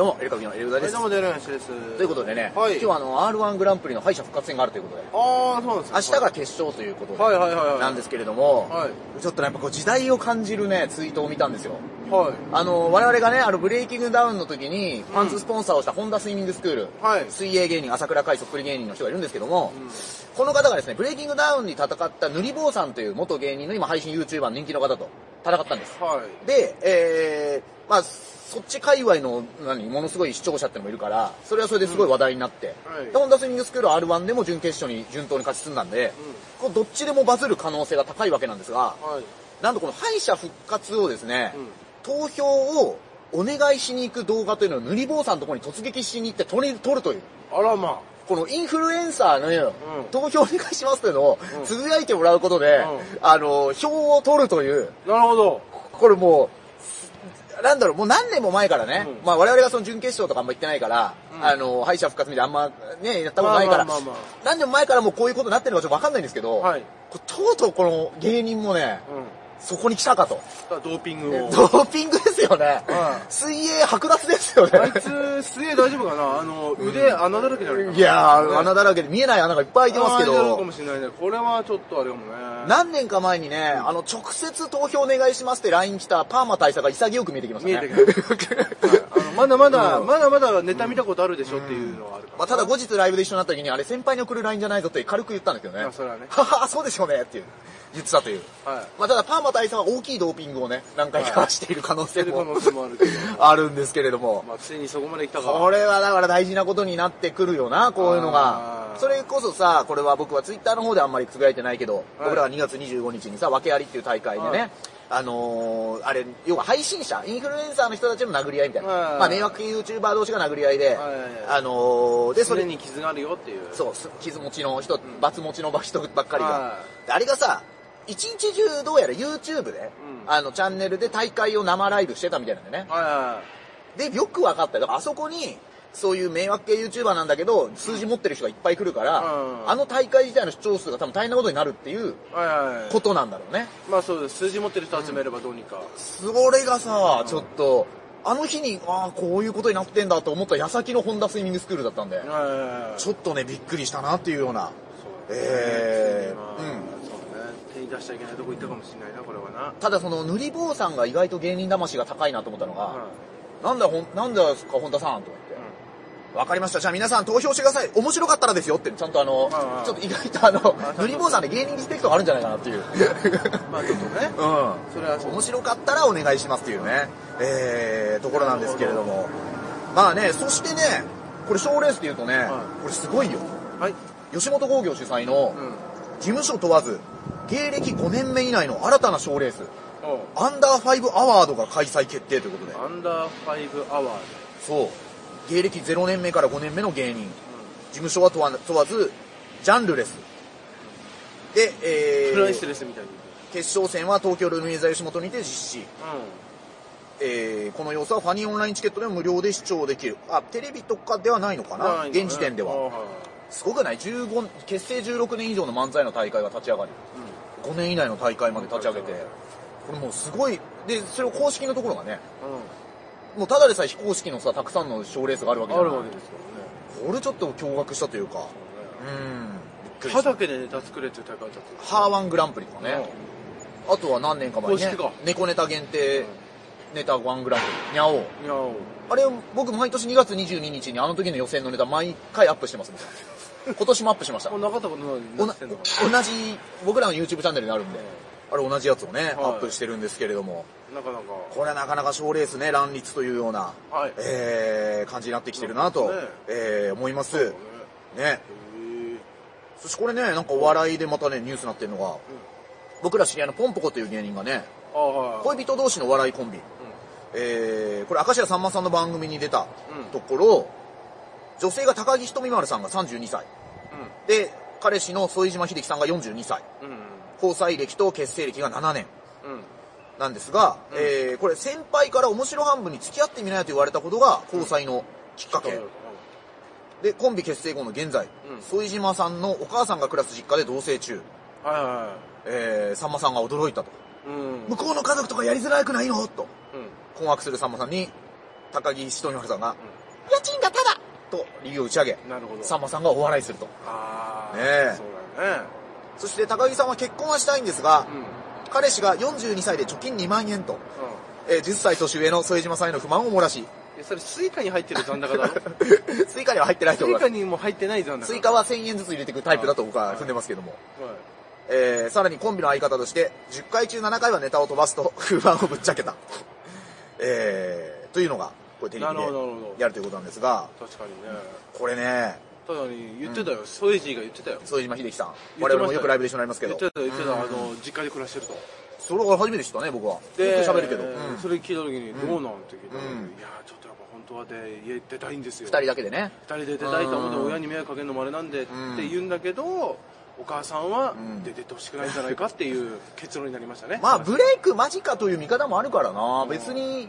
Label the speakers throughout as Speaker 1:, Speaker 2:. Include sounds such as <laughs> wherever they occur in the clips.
Speaker 1: どうも、エルカビのエルダ
Speaker 2: は
Speaker 1: で
Speaker 2: い、
Speaker 1: す
Speaker 2: どう。も、デルナシです。
Speaker 1: ということでね、
Speaker 2: はい
Speaker 1: 今日はあの R1 グランプリの敗者復活戦があるということで、
Speaker 2: ああ、そうなんです
Speaker 1: 明日が決勝ということで、
Speaker 2: はいはいはいはい
Speaker 1: なんですけれども、
Speaker 2: は
Speaker 1: ちょっとね、やっぱこう時代を感じるね、ツイートを見たんですよ。
Speaker 2: は
Speaker 1: あの、我々がね、あの、ブレイキングダウンの時に、パンツスポンサーをしたホンダスイミングスクール、
Speaker 2: はい
Speaker 1: 水泳芸人、朝倉海そっくり芸人の人がいるんですけども、この方がですね、ブレイキングダウンに戦った塗り坊さんという元芸人の今配信 YouTuber の人気の方と戦ったんです
Speaker 2: い。。はい。
Speaker 1: で、えー、まあ、そっち界隈の、何、ものすごい視聴者ってのもいるから、それはそれですごい話題になって、
Speaker 2: うんはい
Speaker 1: でホンダスイミングスクール R1 でも準決勝に順当に勝ち進んだんで、こうどっちでもバズる可能性が高いわけなんですが、
Speaker 2: はい。
Speaker 1: なんとこの敗者復活をですね、
Speaker 2: うん
Speaker 1: 投票をお願いしに行く動画というのを塗り坊さんのところに突撃しに行って撮り撮るという。
Speaker 2: あらま
Speaker 1: このインフルエンサーの、
Speaker 2: ん
Speaker 1: 投票お願いしますというのを
Speaker 2: うん
Speaker 1: つぶやいてもらうことで、
Speaker 2: う
Speaker 1: あの、票を取るという、
Speaker 2: あ。なるほど。
Speaker 1: これもう、なんだろう、もう何年も前からね、
Speaker 2: うん
Speaker 1: まあ我々がその準決勝とかあんま行ってないから、
Speaker 2: うん
Speaker 1: あの、敗者復活みたいなあんまね、やったことないから、
Speaker 2: まあまあまあま
Speaker 1: 何年も前からもうこういうことになってるのかちょっとわかんないんですけど、
Speaker 2: はい
Speaker 1: こうとうとうこの芸人もね、
Speaker 2: うん。
Speaker 1: そこに来たかと。
Speaker 2: だからドーピング
Speaker 1: ド
Speaker 2: を。
Speaker 1: ーピングですよね。
Speaker 2: う
Speaker 1: 水泳剥奪ですよね
Speaker 2: <laughs> あ。いつ、すげえ大丈夫かなあの、腕、穴だらけじゃないかな。
Speaker 1: いやー、穴
Speaker 2: だ
Speaker 1: だらけで見えない穴がいっぱい開いてますけ
Speaker 2: かも
Speaker 1: ど、
Speaker 2: しれないね。これはちょっとあれかもね。
Speaker 1: 何年か前にね、あの、直接投票お願いしますって LINE 来たパーマ大佐が潔く見えてきましたね。
Speaker 2: 見えて
Speaker 1: <laughs>
Speaker 2: あのまだまだ、
Speaker 1: うん
Speaker 2: まだまだネタ見たことあるでしょっていうのはあるから。
Speaker 1: まあ、ただ後日ライブで一緒になった時に、あれ先輩に送る LINE じゃないぞって軽く言ったんですけどね。
Speaker 2: まあそれはね
Speaker 1: はは、そうですよねっていう言ってたという。
Speaker 2: はい。
Speaker 1: まあ、ただパーマ大佐は大きいドーピングをね、何回かしている可能
Speaker 2: 出
Speaker 1: 性
Speaker 2: る可
Speaker 1: も
Speaker 2: 能性もあるけど。
Speaker 1: あるんですけれども。
Speaker 2: まあ、ついにそこまで来たか
Speaker 1: これはだから大事なことになってくるよな、こういうのが
Speaker 2: あ。ー
Speaker 1: それこそさ、これは僕はツイッターの方であんまりつぶやいてないけど、僕らは2月25日にさ、訳ありっていう大会で
Speaker 2: は
Speaker 1: ね、あのー、あれ、要は配信者、インフルエンサーの人たちの殴り合いみたいな。
Speaker 2: はい
Speaker 1: まあ、迷惑 YouTuber 同士が殴り合いで
Speaker 2: はい、
Speaker 1: あのー、で、
Speaker 2: ら。
Speaker 1: そ
Speaker 2: そ
Speaker 1: れ
Speaker 2: れに傷があるよっていう。
Speaker 1: そう、す傷持ちの人、バツ持ちの人ばっかりが
Speaker 2: は。
Speaker 1: であれがさ、一日中どうやら YouTube で、
Speaker 2: うん
Speaker 1: あの、チャンネルで大会を生ライブしてたみたいなんでね。
Speaker 2: はいは
Speaker 1: で、よく分かったよ。だからあそこに、そういう迷惑系 YouTuber なんだけど、数字持ってる人がいっぱい来るから、
Speaker 2: うん
Speaker 1: あの大会自体の視聴数が多分大変なことになるっていう
Speaker 2: い。はいはいはい。
Speaker 1: ことなんだろうね。
Speaker 2: まあそうです。数字持ってる人集めればどうにか。
Speaker 1: それがさ、ちょっと、あの日に、ああ、こういうことになってんだと思った矢先のホンダスイミングスクールだったんで、
Speaker 2: はい
Speaker 1: ちょっとね、びっくりしたなっていうような。
Speaker 2: そう
Speaker 1: えー
Speaker 2: うん。そうね。手に出しちゃいけないとこ行ったかもしれないな、これはな。
Speaker 1: ただその、塗り坊さんが意外と芸人魂が高いなと思ったのが、
Speaker 2: は
Speaker 1: なんだほん、なんだか本田さんと思って。わかりました。じゃあ皆さん投票してください。面白かったらですよって、ちゃんとあの
Speaker 2: うんう、ん
Speaker 1: ちょっと意外とあの
Speaker 2: あ、
Speaker 1: 塗り坊さんで芸人リスペクトがあるんじゃないかなっていう。
Speaker 2: い。まあちょっとね。
Speaker 1: う
Speaker 2: それはそ
Speaker 1: ん。
Speaker 2: う。
Speaker 1: 面白かったらお願いしますっていうね、えー、ところなんですけれども。まあね、そしてね、これ賞レースで言うとね、
Speaker 2: はい
Speaker 1: これすごいよ。
Speaker 2: はい。
Speaker 1: 吉本興業主催の
Speaker 2: うん。
Speaker 1: 事務所問わず、芸歴5年目以内の新たな賞レース、
Speaker 2: おう
Speaker 1: アンダー5アワードが開催決定ということで。
Speaker 2: アンダーファイブアワー
Speaker 1: そう。芸歴0年目から5年目の芸人。事務所は問わ問わず、ジャンルレス。で、え
Speaker 2: で。プライス
Speaker 1: ー、
Speaker 2: レスみたいに。
Speaker 1: 決勝戦は東京ルミネ座吉本にて実施。えー、この様子はファニーオンラインチケットでも無料で視聴できる。あ、テレビとかではないのか
Speaker 2: うん。
Speaker 1: な
Speaker 2: ないんだね
Speaker 1: 現時点で
Speaker 2: あ
Speaker 1: は。
Speaker 2: ーい
Speaker 1: すごくない ?15、結成16年以上の漫才の大会が立ち上がり、5年以内の大会まで立ち上げて、これもうすごい、で、それを公式のところがね、
Speaker 2: うん。うん。
Speaker 1: もうただでさえ非公式のさ、たくさんの賞レースがあるわけじ
Speaker 2: あ
Speaker 1: ゃ
Speaker 2: る
Speaker 1: な
Speaker 2: わ
Speaker 1: い
Speaker 2: けですから
Speaker 1: これちょっと驚愕したというか、う
Speaker 2: ね。
Speaker 1: ん、びっくり
Speaker 2: 歯
Speaker 1: した。
Speaker 2: だけでネタ作れっていう大会だったんですよ
Speaker 1: ハーワングランプリとかね、あとは何年か前に、ね
Speaker 2: 公式か、
Speaker 1: 猫ネタ限定ネタワングランプリ、にゃおう。
Speaker 2: いやおう
Speaker 1: あれ、僕毎年2月22日にあの時の予選のネタ毎回アップしてます、
Speaker 2: <laughs>
Speaker 1: 僕今年もアップしました。
Speaker 2: こ
Speaker 1: お
Speaker 2: れなかったことないのにな
Speaker 1: な
Speaker 2: ってんのか
Speaker 1: 同じ、僕らの YouTube チャンネルにあるんで、あれ同じやつをね、ア
Speaker 2: はい
Speaker 1: ップしてるんですけれども、
Speaker 2: ななかなか。
Speaker 1: これはなかなか賞レースね、乱立というような、
Speaker 2: はい
Speaker 1: えー、感じになってきてるなと、
Speaker 2: そうですね
Speaker 1: えー、思いま
Speaker 2: そう
Speaker 1: すね。
Speaker 2: ね。へえ。
Speaker 1: そしてこれね、なんかお笑いでまたね、ニュースになってるのが、僕ら知り合いのポンポコという芸人がね、
Speaker 2: ああ、はい。
Speaker 1: 恋人同士のお笑いコンビ、えー、これ明石家さんまさんの番組に出た
Speaker 2: うん
Speaker 1: ところ、女性が高木ひとみまるさんが32歳で彼氏の副島秀樹さんが42歳
Speaker 2: うん。うん。
Speaker 1: 交際歴と結成歴が7年
Speaker 2: うん。
Speaker 1: なんですが、
Speaker 2: うん
Speaker 1: えー、これ先輩から面白半分に付き合ってみないと言われたことが交際のきっかけ、でコンビ結成後の現在
Speaker 2: うん
Speaker 1: 副島さんのお母さんが暮らす実家で同棲中、
Speaker 2: はいは
Speaker 1: えー、さんまさんが驚いたと
Speaker 2: いはい。うん。
Speaker 1: 向こうの家族とかやりづらくないのと
Speaker 2: うん。
Speaker 1: 困惑するさんまさんに、高木しとみまるさんが、家賃がただと理由を打ち上げ、
Speaker 2: なるほど。
Speaker 1: さんまさんがお笑いすると。
Speaker 2: ああ。
Speaker 1: ねえ
Speaker 2: そうだね。
Speaker 1: そして高木さんは結婚はしたいんですが
Speaker 2: う、ん。うん。
Speaker 1: 彼氏が42歳で貯金2万円と、えー10歳年上の副島さんへの不満を漏
Speaker 2: <laughs>
Speaker 1: らし、
Speaker 2: えそれスイカに入ってる
Speaker 1: <laughs>
Speaker 2: 残高だろ
Speaker 1: スイカには入ってないと
Speaker 2: ス
Speaker 1: 思い
Speaker 2: イ
Speaker 1: ま
Speaker 2: カ
Speaker 1: す。
Speaker 2: にも入ってない残高。
Speaker 1: スイカは1000円ずつ入れていくタイプだと僕は踏んでますけども。えーさらにコンビの相方として、10回中7回はネタを飛ばすと、 <laughs> 不満をぶっちゃけた。 <laughs> えー、というのが、これテレビ
Speaker 2: なるほどなるほ
Speaker 1: で
Speaker 2: ど
Speaker 1: やるということなんですが、
Speaker 2: 確かにね。
Speaker 1: これね、
Speaker 2: ただに言ってたよ。ソエジーが言ってたよ。
Speaker 1: 副島秀樹さん、
Speaker 2: 言っ
Speaker 1: 我
Speaker 2: てましたよ
Speaker 1: 々もよくライブで一緒になりますけ
Speaker 2: 言
Speaker 1: ど
Speaker 2: っ、てた言ってた。あ
Speaker 1: うん
Speaker 2: の、実家で暮らしてると。
Speaker 1: それが初めて知ったね、僕は。ずっと喋るけど、うん
Speaker 2: それ聞いた時に、どうなんって聞いた時に、
Speaker 1: うん
Speaker 2: いやちょっとやっぱ本当はで家出たいんですよ
Speaker 1: 二人だけでね。
Speaker 2: 二人で出たいと思って
Speaker 1: うん
Speaker 2: 親に迷惑かけるのもあれなんでって
Speaker 1: うん
Speaker 2: 言うんだけど、お母さんは
Speaker 1: ん
Speaker 2: 出てってほしくないんじゃないかっていう結論になりましたね
Speaker 1: まあ、ブレイク間近という見方もあるからな、別に、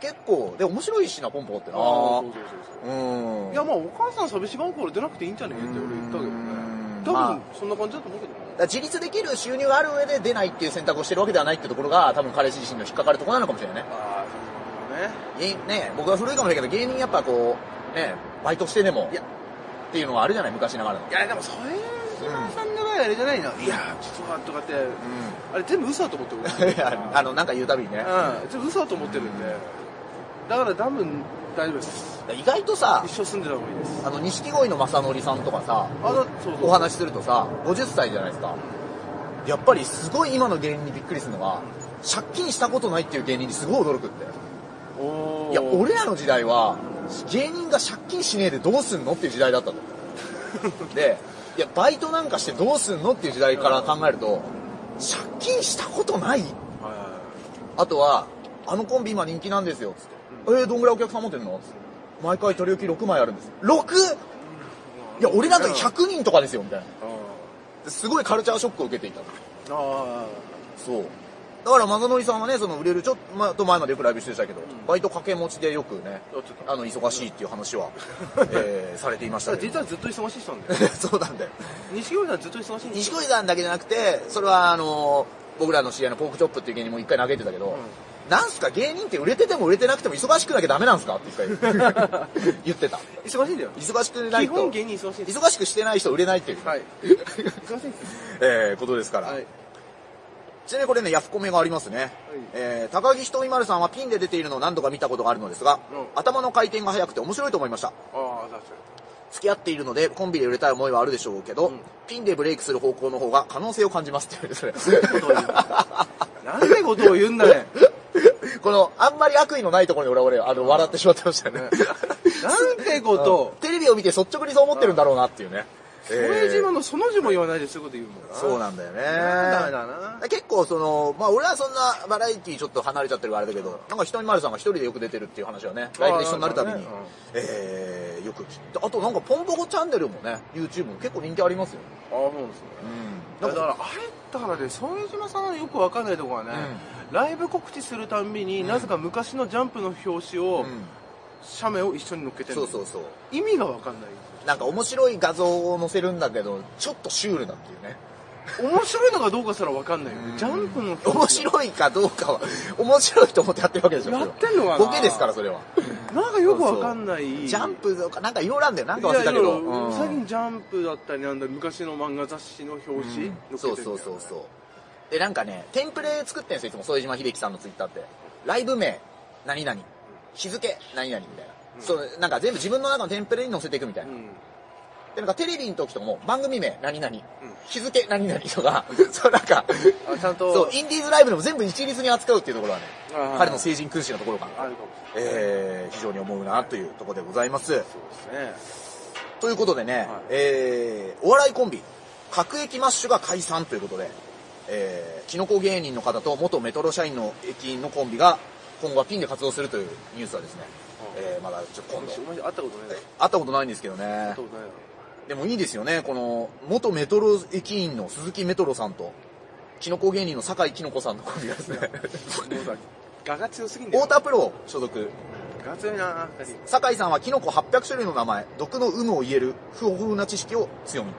Speaker 1: 結構、で、面白いしな、ポンポコって
Speaker 2: あーそう
Speaker 1: な。
Speaker 2: そうそうそう
Speaker 1: うん。
Speaker 2: いやまあお母さん寂しがんから出なくていいんじゃねえって俺言ったけどね
Speaker 1: うん
Speaker 2: 多
Speaker 1: ま
Speaker 2: 分そんな感じだと思うけどね
Speaker 1: だから自立できる収入がある上で出ないっていう選択をしてるわけではないってところが多分彼氏自身の引っかかるところなのかもしれないね
Speaker 2: ああね
Speaker 1: 芸ね僕は古いかもしれないけど芸人やっぱこうねバイトしてでも
Speaker 2: いや
Speaker 1: っていうのはあるじゃない昔ながらの
Speaker 2: いやでもそれ島さんの場合あれじゃないな、いや実はとかって、あれ全部嘘だと思って俺
Speaker 1: <laughs> いやあのなんか言うたびにね
Speaker 2: うん、ちょっと嘘だと思ってるんで、だから多分大丈夫です。
Speaker 1: 意外とさ
Speaker 2: 一生住んでた方がいいです。
Speaker 1: あの錦鯉の正則さんとかさ
Speaker 2: あだそうそう
Speaker 1: お話しするとさ50歳じゃないですかやっぱりすごい今の芸人にびっくりするのが借金したことないっていう芸人にすごい驚くって
Speaker 2: おー
Speaker 1: いや、俺らの時代は、芸人が借金しねえでどうすんのっていう時代だったと。で、いや、バイトなんかしてどうすんのっていう時代から考えると、借金したことない
Speaker 2: はいはいはい
Speaker 1: あとは、あのコンビ今人気なんですよ、つって。えー、どんぐらいお客さん持ってるのつって。毎回取り置き6枚あるんです。6! いや、俺らの時100人とかですよ、みたいな。ですごいカルチャーショックを受けていたと。
Speaker 2: うんあ
Speaker 1: そう。だから、正則さんはね、その売れるちょっとまと前までよくライブしてたけど、バイト掛け持ちでよくね、
Speaker 2: ーやってた
Speaker 1: あの、忙しいっていう話
Speaker 2: <laughs>
Speaker 1: は、えーされていましたけど。
Speaker 2: 実はずっと忙しい人なんだよ
Speaker 1: <laughs> そうなんだよ。
Speaker 2: 錦鯉さんずっと忙しいんです
Speaker 1: 錦鯉さんだけじゃなくて、それはあのー僕らの知り合いのポークチョップっていう芸人も一回投げてたけど、なんすか芸人って売れてても売れてなくても忙しくなきゃダメなんすかって一回 <laughs> 言う言ってた。
Speaker 2: 忙しいんだよ
Speaker 1: 忙しくな
Speaker 2: 基
Speaker 1: いと
Speaker 2: 本、芸人忙しいんです
Speaker 1: 忙しくしてない人売れないっていう、
Speaker 2: はい忙しいんです
Speaker 1: えーことですから。
Speaker 2: はい
Speaker 1: ちなみにこれね、ヤフコメがありますね。えー高木ひとみまるさんはピンで出ているのを何度か見たことがあるのですが、
Speaker 2: うん
Speaker 1: 頭の回転が速くて面白いと思いました。
Speaker 2: ああ確か
Speaker 1: 付き合っているのでコンビで売れたい思いはあるでしょうけど、
Speaker 2: うん
Speaker 1: ピンでブレイクする方向の方が可能性を感じますって言われてそれ
Speaker 2: になんでことを言うんだね
Speaker 1: <laughs> このあんまり悪意のないところに俺は俺あの笑ってしまってました <laughs> ね
Speaker 2: なんてこと
Speaker 1: テレビを見て率直にそう思ってるんだろうなっていうね
Speaker 2: 俺
Speaker 1: えー
Speaker 2: 島のその字も言わないでそういうこと言うもんな
Speaker 1: そう
Speaker 2: だ
Speaker 1: なんだよね
Speaker 2: ダメだな
Speaker 1: 結構そのまあ俺はそんなバラエティーちょっと離れちゃってるからあれだけどなんかひとみまるさんが一人でよく出てるっていう話はねライブで一緒になるたびに、
Speaker 2: あーなるほどね
Speaker 1: えーよく聞いてあとなんかポンポコチャンネルもね YouTube も結構人気ありますよ、
Speaker 2: ああそうですね
Speaker 1: うん、
Speaker 2: だからあれだからね副島さんのよくわかんないとこはね、ライブ告知するたんびに、なぜか昔のジャンプの表紙
Speaker 1: う
Speaker 2: を、
Speaker 1: ん
Speaker 2: 写メを一緒に載っけてる
Speaker 1: そうそうそう
Speaker 2: 意味がわかんない
Speaker 1: なんか面白い画像を載せるんだけど、ちょっとシュールだっていうね。
Speaker 2: 面白いのかどうかすらわかんないよねジャンプの表紙
Speaker 1: 面白いかどうかは、面白いと思ってやってるわけでしょ。
Speaker 2: やってんのかな
Speaker 1: ボケですから、それは。
Speaker 2: なんかよくわかんない
Speaker 1: ジャンプとか、なんかいろいろあんだよ。なん
Speaker 2: い
Speaker 1: か忘れ
Speaker 2: やい
Speaker 1: た
Speaker 2: や
Speaker 1: けど。
Speaker 2: 最近
Speaker 1: う
Speaker 2: ジャンプだったりなんだ昔の漫画雑誌の表紙載っけて
Speaker 1: んそうそうそうそう。で、なんかね、テンプレ作ってんですよ、いつも副島秀樹さんのツイッターって。ライブ名、何々。日付、何々みたいな。そう、なんか全部自分の中のテンプレに載せていくみたいな。
Speaker 2: ん、
Speaker 1: で、なんかテレビの時とかも、番組名、何々。日付、何々と <laughs> か、そう、なんか、
Speaker 2: あちゃんと
Speaker 1: そう、インディーズライブでも全部一律に扱うっていうところはね、
Speaker 2: あー
Speaker 1: 彼の成人君子のところか
Speaker 2: あ
Speaker 1: ら、
Speaker 2: るかもし
Speaker 1: えー、非常に思うなというところでございます。
Speaker 2: れないですね
Speaker 1: ということでね、
Speaker 2: はい
Speaker 1: えー、お笑いコンビ、各駅マッシュが解散ということで、えー、キノコ芸人の方と元メトロ社員の駅員のコンビが、今後はピンで活動するというニュースはですね、えー、まだちょっと今度、
Speaker 2: お前会ったことないだろ
Speaker 1: 会ったことないんですけど
Speaker 2: 会
Speaker 1: ね
Speaker 2: ったこ、とないだろ
Speaker 1: でもいいですよね、この、元メトロ駅員の鈴木メトロさんと、キノコ芸人の酒井キノコさんのコンビがですね、
Speaker 2: もうさ画が強すぎんだよ
Speaker 1: 太田プロ所属
Speaker 2: 画が強いな二人
Speaker 1: 酒井さんはキノコ800種類の名前毒の有無を言える不豊富な知識を強み、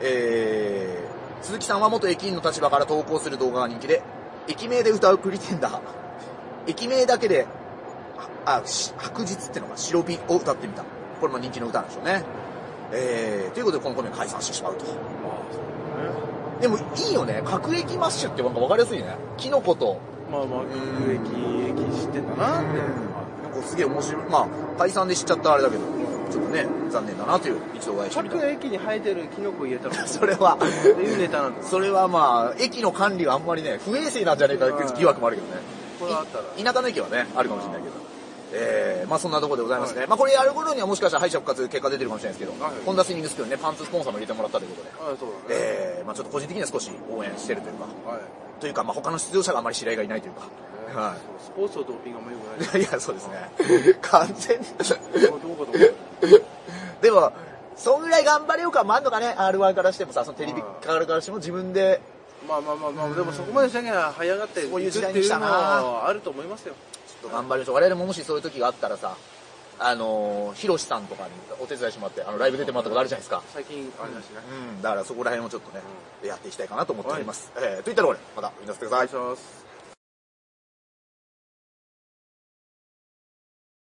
Speaker 1: えー、鈴木さんは元駅員の立場から投稿す <laughs> る動画が人気で駅名で歌うプリテンダー駅名だけでああ、し白日ってのが白日を歌ってみた。これも人気の歌なんでしょうね。えー、ということでこのコンビは解散してしまうと。でもいいよね。各駅マッシュってなんか分かりやすいね。キノコと、
Speaker 2: まあまあ、各駅、駅知ってんだなっ
Speaker 1: な
Speaker 2: て。
Speaker 1: んかすげえ面白い。まあ、解散で知っちゃったあれだけど、ちょっとね、残念だなという一度お会いしてみた
Speaker 2: 各。駅に生えてるキノコ入れた <laughs>
Speaker 1: <laughs>
Speaker 2: ら、
Speaker 1: それは、
Speaker 2: っていうネタなんです。
Speaker 1: それはまあ、駅の管理があんまりね、不衛生なんじゃねえかっていう疑惑もあるけどね。
Speaker 2: これあったら。
Speaker 1: い田舎の駅はね、あるかもしれないけど。えー、まあそんなところでございますね。まあこれやる頃にはもしかしたら敗者復活結果出てるかもしれないですけど、
Speaker 2: はい
Speaker 1: ホンダスイングスクールね、パンツスポンサーも入れてもらったということで、
Speaker 2: あそうだね。
Speaker 1: えー、まあちょっと個人的には少し応援してるというか、
Speaker 2: はい。
Speaker 1: というか、まあ他の出場者があまり知り合いがいないというか、は
Speaker 2: そうスポーツのドーピングあんま良くない
Speaker 1: い。 <laughs> いや、そうですね。完全に。
Speaker 2: どうかと思う。
Speaker 1: でも、そんぐらい頑張れよかもあんのかね、R1 からしてもさ、そのテレビからからしても自分で、
Speaker 2: まあまあまあまあ、でもそこまでしなきゃ早がっていく
Speaker 1: こういう
Speaker 2: って
Speaker 1: 時代
Speaker 2: い
Speaker 1: に来
Speaker 2: う
Speaker 1: た
Speaker 2: の
Speaker 1: な
Speaker 2: はあると思いますよ。
Speaker 1: ちょっと頑張りましょう。我々ももしそういう時があったらさ、あのー、ヒロシさんとかにお手伝いしてもらって、あの、ライブ出てもらったことあるじゃないですか。
Speaker 2: 最近、あれだしね。
Speaker 1: うん、だからそこら辺をちょっとね、やっていきたいかなと思っております。えー、といったところで、また見なさってください
Speaker 2: お願いし。ます。